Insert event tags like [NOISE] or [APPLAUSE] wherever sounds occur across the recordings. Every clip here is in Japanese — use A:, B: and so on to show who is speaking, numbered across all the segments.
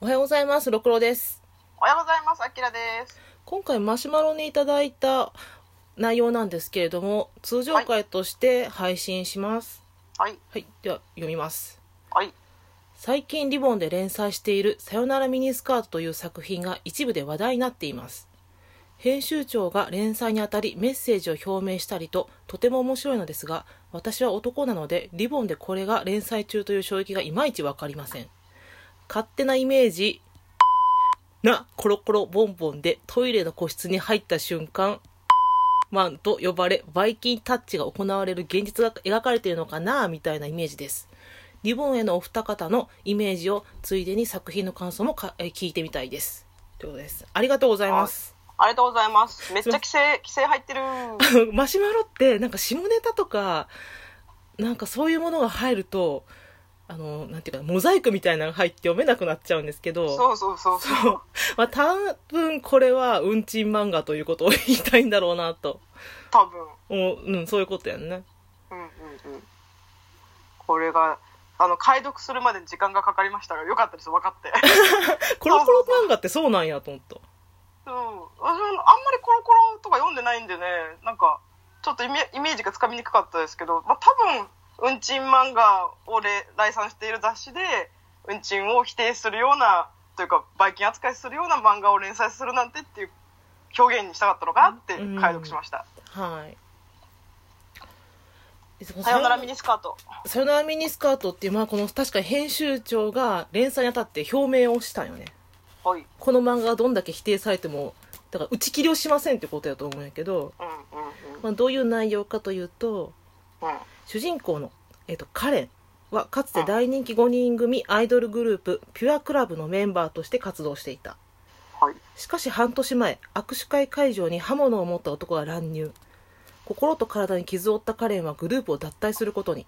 A: おはようございます。ろくろです。
B: おはようございます。あきらです。
A: 今回マシュマロにいただいた内容なんですけれども、通常回として配信します。
B: はい。
A: はい、では読みます。
B: はい。
A: 最近リボンで連載している「さよならミニスカート」という作品が一部で話題になっています編集長が連載にあたりメッセージを表明したりととても面白いのですが私は男なのでリボンでこれが連載中という衝撃がいまいちわかりません勝手なイメージなコロコロボンボンでトイレの個室に入った瞬間マンと呼ばれバイキンタッチが行われる現実が描かれているのかなみたいなイメージですリボンへのお二方のイメージをついでに作品の感想もかえー聞いてみたいですということですありがとうございます
B: ありがとうございます。めっちゃ規制、規制入ってる。
A: [LAUGHS] マシュマロってなんか下ネタとかなんかそういうものが入るとあのなんていうかモザイクみたいなのが入って読めなくなっちゃうんですけど
B: そうそうそうそう。
A: まあ、多分これはうんちん漫画ということを言いたいんだろうなと
B: 多分。
A: 思う、うん、そういうことやんね
B: うんうんうん。これが、あの、解読するまでに時間がかかりましたが、よかったです。分かって。
A: コロコロ漫画ってそうなんやと思った
B: うん。私もあんまりコロコロとか読んでないんでね、なんか、ちょっとイメイメージがつかみにくかったですけど、まあ、多分、うんちん漫画をれ来賛している雑誌で、うんちんを否定するような、というか、バイキン扱いするような漫画を連載するなんてっていう表現にしたかったのかなって
A: うん
B: 解読しました。
A: はい
B: さよならミニスカート。
A: さよならミニスカートっていう、まあ、この確かに編集長が連載にあたって表明をしたんよね
B: はい。
A: この漫画がどんだけ否定されてもだから打ち切りをしませんってことやと思うんやけど、
B: うんうんうん。
A: まあ、どういう内容かというと
B: うん
A: 主人公の、えっとカレンはかつて大人気5人組アイドルグループピュアクラブのメンバーとして活動していた
B: はい。
A: しかし半年前握手会会場に刃物を持った男が乱入心と体に傷を負ったカレンはグループを脱退することに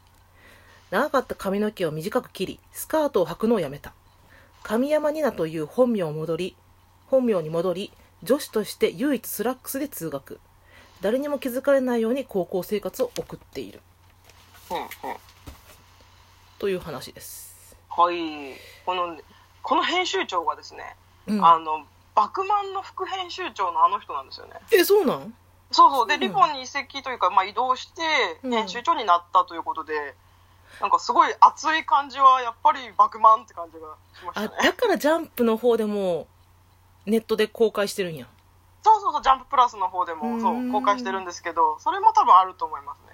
A: 長かった髪の毛を短く切りスカートを履くのをやめた神山ニナという本名を戻り本名に戻り女子として唯一スラックスで通学誰にも気づかれないように高校生活を送っている
B: うんうん。
A: という話です、
B: はい。この、この編集長がですね、
A: うん、
B: あの、バクマンの副編集長のあの人なんですよね。
A: えそうなん
B: そうそう。で、
A: そうな
B: リ
A: の
B: ボンに移籍というか、まあ移動して
A: う、ん
B: 編集長になったということで、なんかすごい熱い感じは、やっぱりバクマンって感じがしま
A: あ
B: したね。
A: だからジャンプの方でもネットで公開してるんや
B: そうそうそう、ジャンププラスの方で
A: う
B: も、
A: ん
B: そう、公開してるんですけど、それも多分あると思いますね。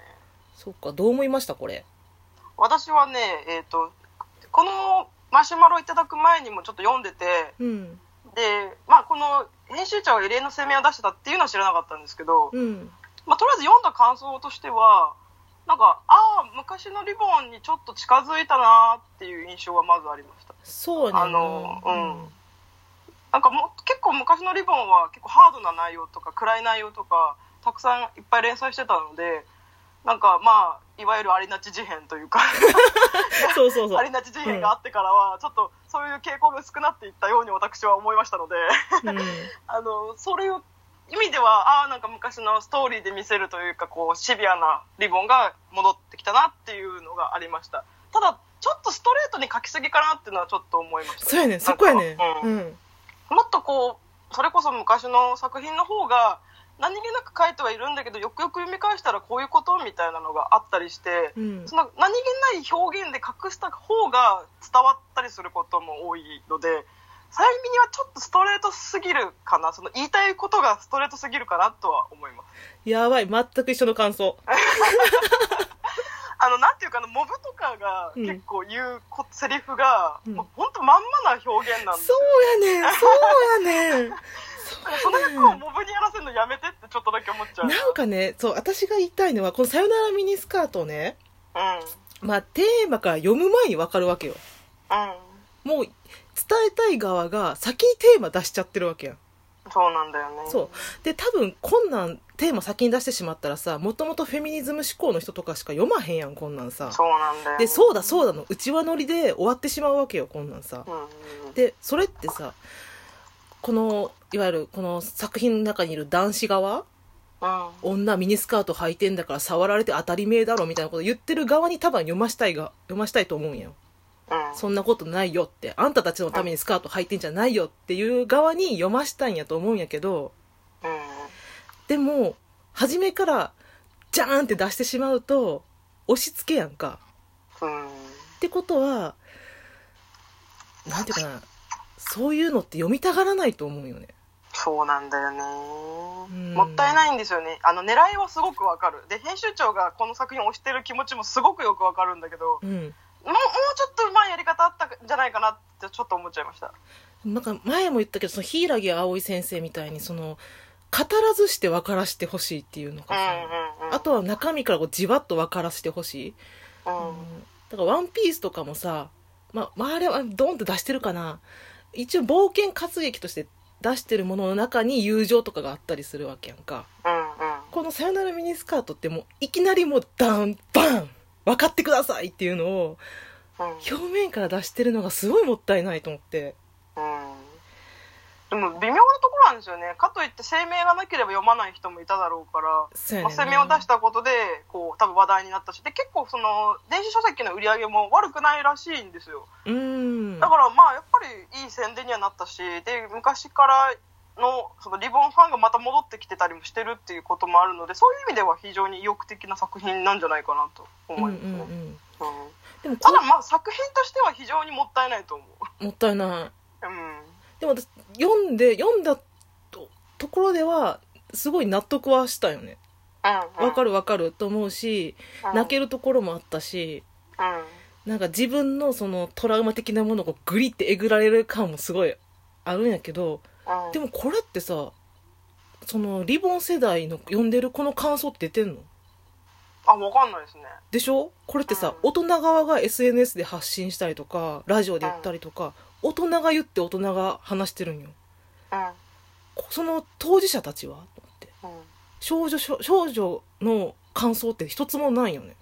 A: そうかどう思いましたこれ
B: 私はね、えっ、と、このマシュマロいただく前にもちょっと読んでて、
A: うん
B: で、まあ、この編集長が異例の声明を出してたっていうのは知らなかったんですけど、
A: うん
B: まあ、とりあえず読んだ感想としてはなんかああ昔のリボンにちょっと近づいたなっていう印象はまずありました
A: そうやねんな
B: あのうんなんかもう結構昔のリボンは結構ハードな内容とか暗い内容とかたくさんいっぱい連載してたのでなんかまあいわゆるありなち事変というか
A: そうそうそ
B: [LAUGHS] あ
A: う
B: り、なち事変があってからはちょっとそういう傾向が薄くなっていったように私は思いましたので
A: うん、
B: あのそれを意味ではああなんか昔のストーリーで見せるというかこうシビアなリボンが戻ってきたなっていうのがありましたただちょっとストレートに書きすぎかなっていうのはちょっと思いました
A: そうやねんそこやねん
B: なんかう
A: うんん
B: もっとこうそれこそ昔の作品の方が何気なく書いてはいるんだけどよくよく読み返したらこういうことみたいなのがあったりして
A: うん
B: その何気ない表現で隠した方が伝わったりすることも多いのでさゆみにはちょっとストレートすぎるかなその言いたいことがストレートすぎるかなとは思います
A: やばい全く一緒の感想
B: あのなんていうかなモブとかが
A: うん
B: 結構言うこ、セリフが、
A: うん
B: もうほんとまんまな表現なんですよ
A: そうやねんそうやねん
B: [LAUGHS] その役をモブにやらせるのやめてってちょっとだけ思っちゃう
A: なんかねそう私が言いたいのはこの「さよならミニスカートをね」まあテーマから読む前に分かるわけよ
B: うんうん
A: もう伝えたい側が先にテーマ出しちゃってるわけやん
B: そうなんだよね
A: そうで多分こんなんテーマ先に出してしまったらさもともとフェミニズム思考の人とかしか読まへんやんこんなんさ
B: そうなんだよね、
A: でそうだそうだのうちわ乗りで終わってしまうわけよこんなんさ
B: うんうんうん
A: でそれってさこのいわゆるこの作品の中にいる男子側
B: うん
A: 女ミニスカート履いてんだから触られて当たり前だろみたいなこと言ってる側に多分読ましたいが読ましたいと思うんやん
B: うん
A: そんなことないよって、あんたたちのためにスカート履いてんじゃないよっていう側に読ましたんやと思うんやけど、
B: うん
A: でも、初めから、ジャーンって出してしまうと、押し付けやんか。
B: うん
A: ってことは、なんていうかな、そういうのって読みたがらないと思うよね。
B: そうなんだよね
A: ん
B: もったいないんですよねあの狙いはすごくわかるで編集長がこの作品を推してる気持ちもすごくよくわかるんだけど
A: うん。
B: もうもうちょっとうまいやり方あったんじゃないかなってちょっと思っちゃいました
A: なんか前も言ったけど、その柊葵先生みたいに、その、語らずして分からしてほしいっていうのか
B: うん
A: さ、
B: うんうん
A: あとは中身からこうじわっと分からしてほしい。
B: うん
A: だから「ワンピースとかもさ、まあ、周りはドンって出してるかな一応冒険活劇として出してるものの中に友情とかがあったりするわけやんか
B: うんうん
A: この「さよならミニスカート」ってもういきなりもうダンバン分かってくださいっていうのを
B: うん
A: 表面から出してるのがすごいもったいないと思って
B: うんでも微妙なところなんですよねかといって声明がなければ読まない人もいただろうから
A: そうや
B: まあ、
A: ねん
B: 声
A: な
B: 明を出したことでこう多分話題になったしで結構その電子書籍の売り上げも悪くないらしいんですよ
A: うーん
B: だからまあやっぱりいい宣伝にはなったしで昔からのそのリボンファンがまた戻ってきてたりもしてるっていうこともあるのでそういう意味では非常に意欲的な作品なんじゃないかなと
A: うん
B: 思
A: う
B: い
A: ん
B: ますね、
A: うん
B: うん
A: でも
B: た
A: こ
B: だまあ作品としては非常にもったいないと思う、
A: もったいない
B: うん、
A: でも私読んで読んだとところではすごい納得はしたよねわかる
B: る、
A: わかると思うし、
B: うん
A: 泣けるところもあったし
B: うん
A: なんか自分のそのトラウマ的なものをこうグリってえぐられる感もすごいあるんやけど
B: うん
A: でもこれってさそのリボン世代の読んでるこの感想って出てんの
B: あわかんないですね
A: でしょこれってさ、
B: う
A: 大人側が SNS で発信したりとかラジオで言ったりとか、大人が言って大人が話してるんよこその当事者たちはと思って
B: うん、うん
A: 少女少少女の感想って一つもないよね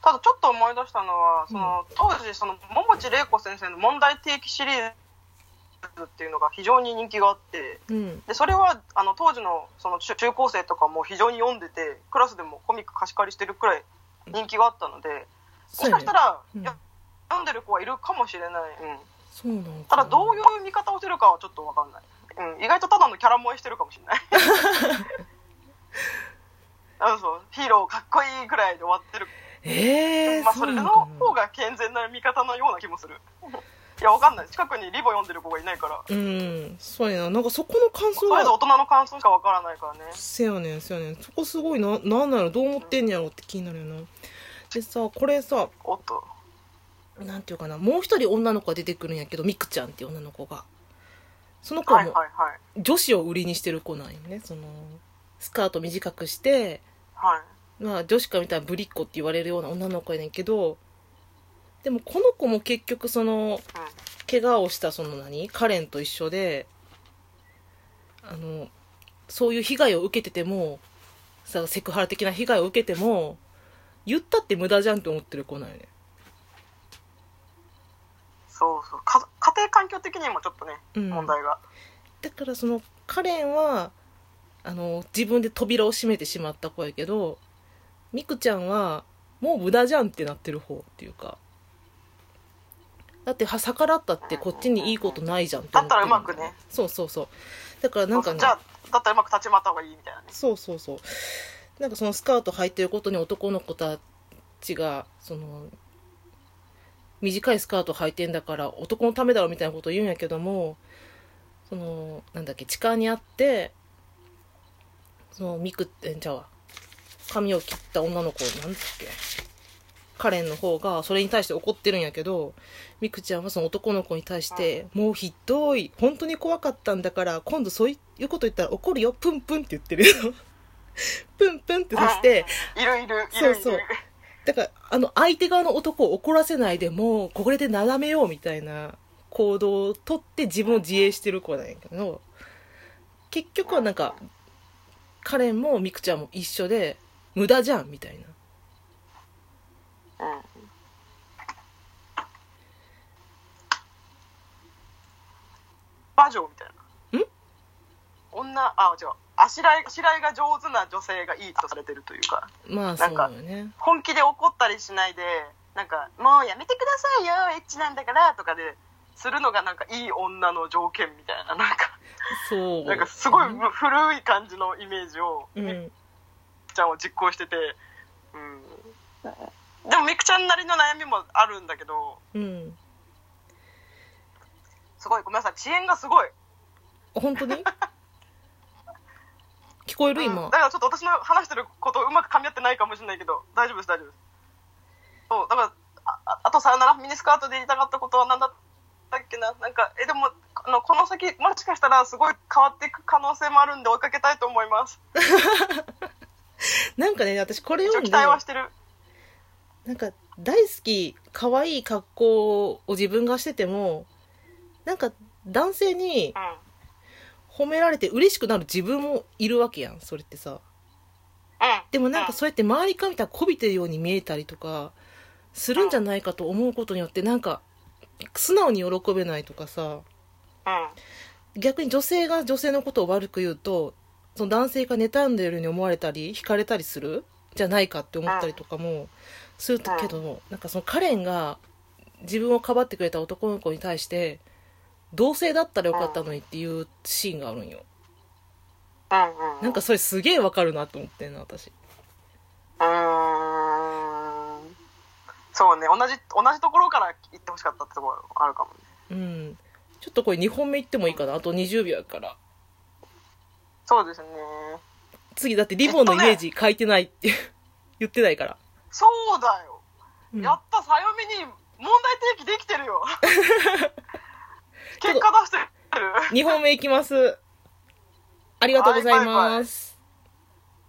B: ただちょっと思い出したのは、その当時その桃地玲子先生の問題提起シリーズっていうのが非常に人気があって
A: うん
B: でそれはあの当時のその中中高生とかも非常に読んでてクラスでもコミック貸し借りしてるくらい人気があったのでも
A: そう
B: し
A: や
B: か
A: ね
B: したら、
A: うん
B: や読んでる子はいるかもしれない、うん、
A: そうなの
B: た
A: かな
B: だどういう見方をしてるかはちょっと分かんない、うん、意外とただのキャラ萌えしてるかも
A: [LAUGHS]
B: しれないあそうヒーローかっこいいくらいで終わってる
A: ええー、
B: まあ、それ
A: うな
B: の
A: のかな
B: 方が健全な見方のような気もする。いや、わかんない。近くにリボ読んでる子がいないから。
A: うんそうやななんかそこの感想
B: とりあえず
A: は
B: 大人の感想しかわからないからね。
A: せやねんせやねんそこすごいななんなのどう思ってんねやろって気になるよなでさこれさ
B: おっと。
A: なんていうかなもう一人女の子が出てくるんやけどミクちゃんっていう女の子がその子
B: はいはい
A: も
B: はい。
A: 女子を売りにしてる子なんよねそのスカート短くして
B: はい。
A: まあ女子から見たらぶりっ子って言われるような女の子やねんけどでもこの子も結局その
B: うん。
A: 怪我をしたその何カレンと一緒であのそういう被害を受けててもさセクハラ的な被害を受けても言ったって無駄じゃんって思ってる子なんよね
B: そうそう。か家庭環境的にもちょっとね、
A: うん
B: 問題が。
A: だからそのカレンはあの自分で扉を閉めてしまった子やけどミクちゃんはもう無駄じゃんってなってる方っていうかだっては逆らったってこっちにいいことないじゃんって思ってる
B: だったらうまくね
A: そうそうそうだからなんかね
B: じゃあ、だったらうまく立ち回った方がいいみたいなね。
A: そうそうそうなんかそのスカート履いてることに男の子たちがその短いスカート履いてんだから男のためだろみたいなことを言うんやけどもそのなんだっけ痴漢にあってそのミクえんちゃうわ髪を切った女の子なんだっけカレンの方がそれに対して怒ってるんやけどミクちゃんはその男の子に対して「もうひどい本当に怖かったんだから今度そういうこと言ったら怒るよプンプン」って言ってるよプンプンってさして
B: いるいる、い
A: そう
B: るい
A: そう
B: る。
A: だからあの相手側の男を怒らせないでもうこれでなだめようみたいな行動をとって自分を自衛してる子なんやけど結局はなんかカレンもミクちゃんも一緒で無駄じゃんみたいな
B: うん。魔女みたいな。
A: ん
B: 女、あ、違う。あしらい、あしらいが上手な女性がいいとされてるというか。
A: まあそうよね
B: 本気で怒ったりしないでなんか「もうやめてくださいよエッチなんだから」とかでするのがなんかいい女の条件みたいななんか
A: そう
B: なんかすごい古い感じのイメージを
A: う
B: み
A: ん
B: くちゃんは実行してて、うん、でもみくちゃんなりの悩みもあるんだけど
A: うん
B: すごいごめんなさい遅延がすごい、
A: あ本当
B: [LAUGHS]
A: に聞こえる
B: うん
A: 今
B: だからちょっと私の話してることうまく噛み合ってないかもしれないけど大丈夫です大丈夫ですそうだからあああとさよならミニスカートで言いたかったことは何だったっけななんかえでもあのこの先もしかしたらすごい変わっていく可能性もあるんで追いかけたいと思います
A: なんかね私これ
B: 一応
A: 読ん
B: 期
A: で
B: 待は
A: な
B: してる
A: んか大好き可愛い格好を自分がしててもなんか男性に
B: うん
A: 褒められて嬉しくなる自分もいるわけやんそれってさ
B: うん
A: でもなんか
B: うん
A: そうやって周りから見たらこびてるように見えたりとかするんじゃないかと思うことによってなんか素直に喜べないとかさ
B: うん
A: 逆に女性が女性のことを悪く言うとその男性が妬んでるように思われたり惹かれたりするじゃないかって思ったりとかもするけど、なんかそのカレンが自分をかばってくれた男の子に対して同性だったらよかったのにっていうシーンがあるんよ
B: うんうん
A: なんかそれすげえわかるなと思ってんな私
B: うーんそうね同じ同じところから行ってほしかったってところあるかもね
A: うんちょっとこれ2本目いってもいいかなあと20秒やから
B: そうですね
A: 次だってリボンのイメージ書いてないっていう [LAUGHS] 言ってないから、
B: そうだよ、
A: うん
B: やったさよみに問題提起できて
A: [LAUGHS]
B: るよ結果出してる
A: 2本目いきますありがとうございます、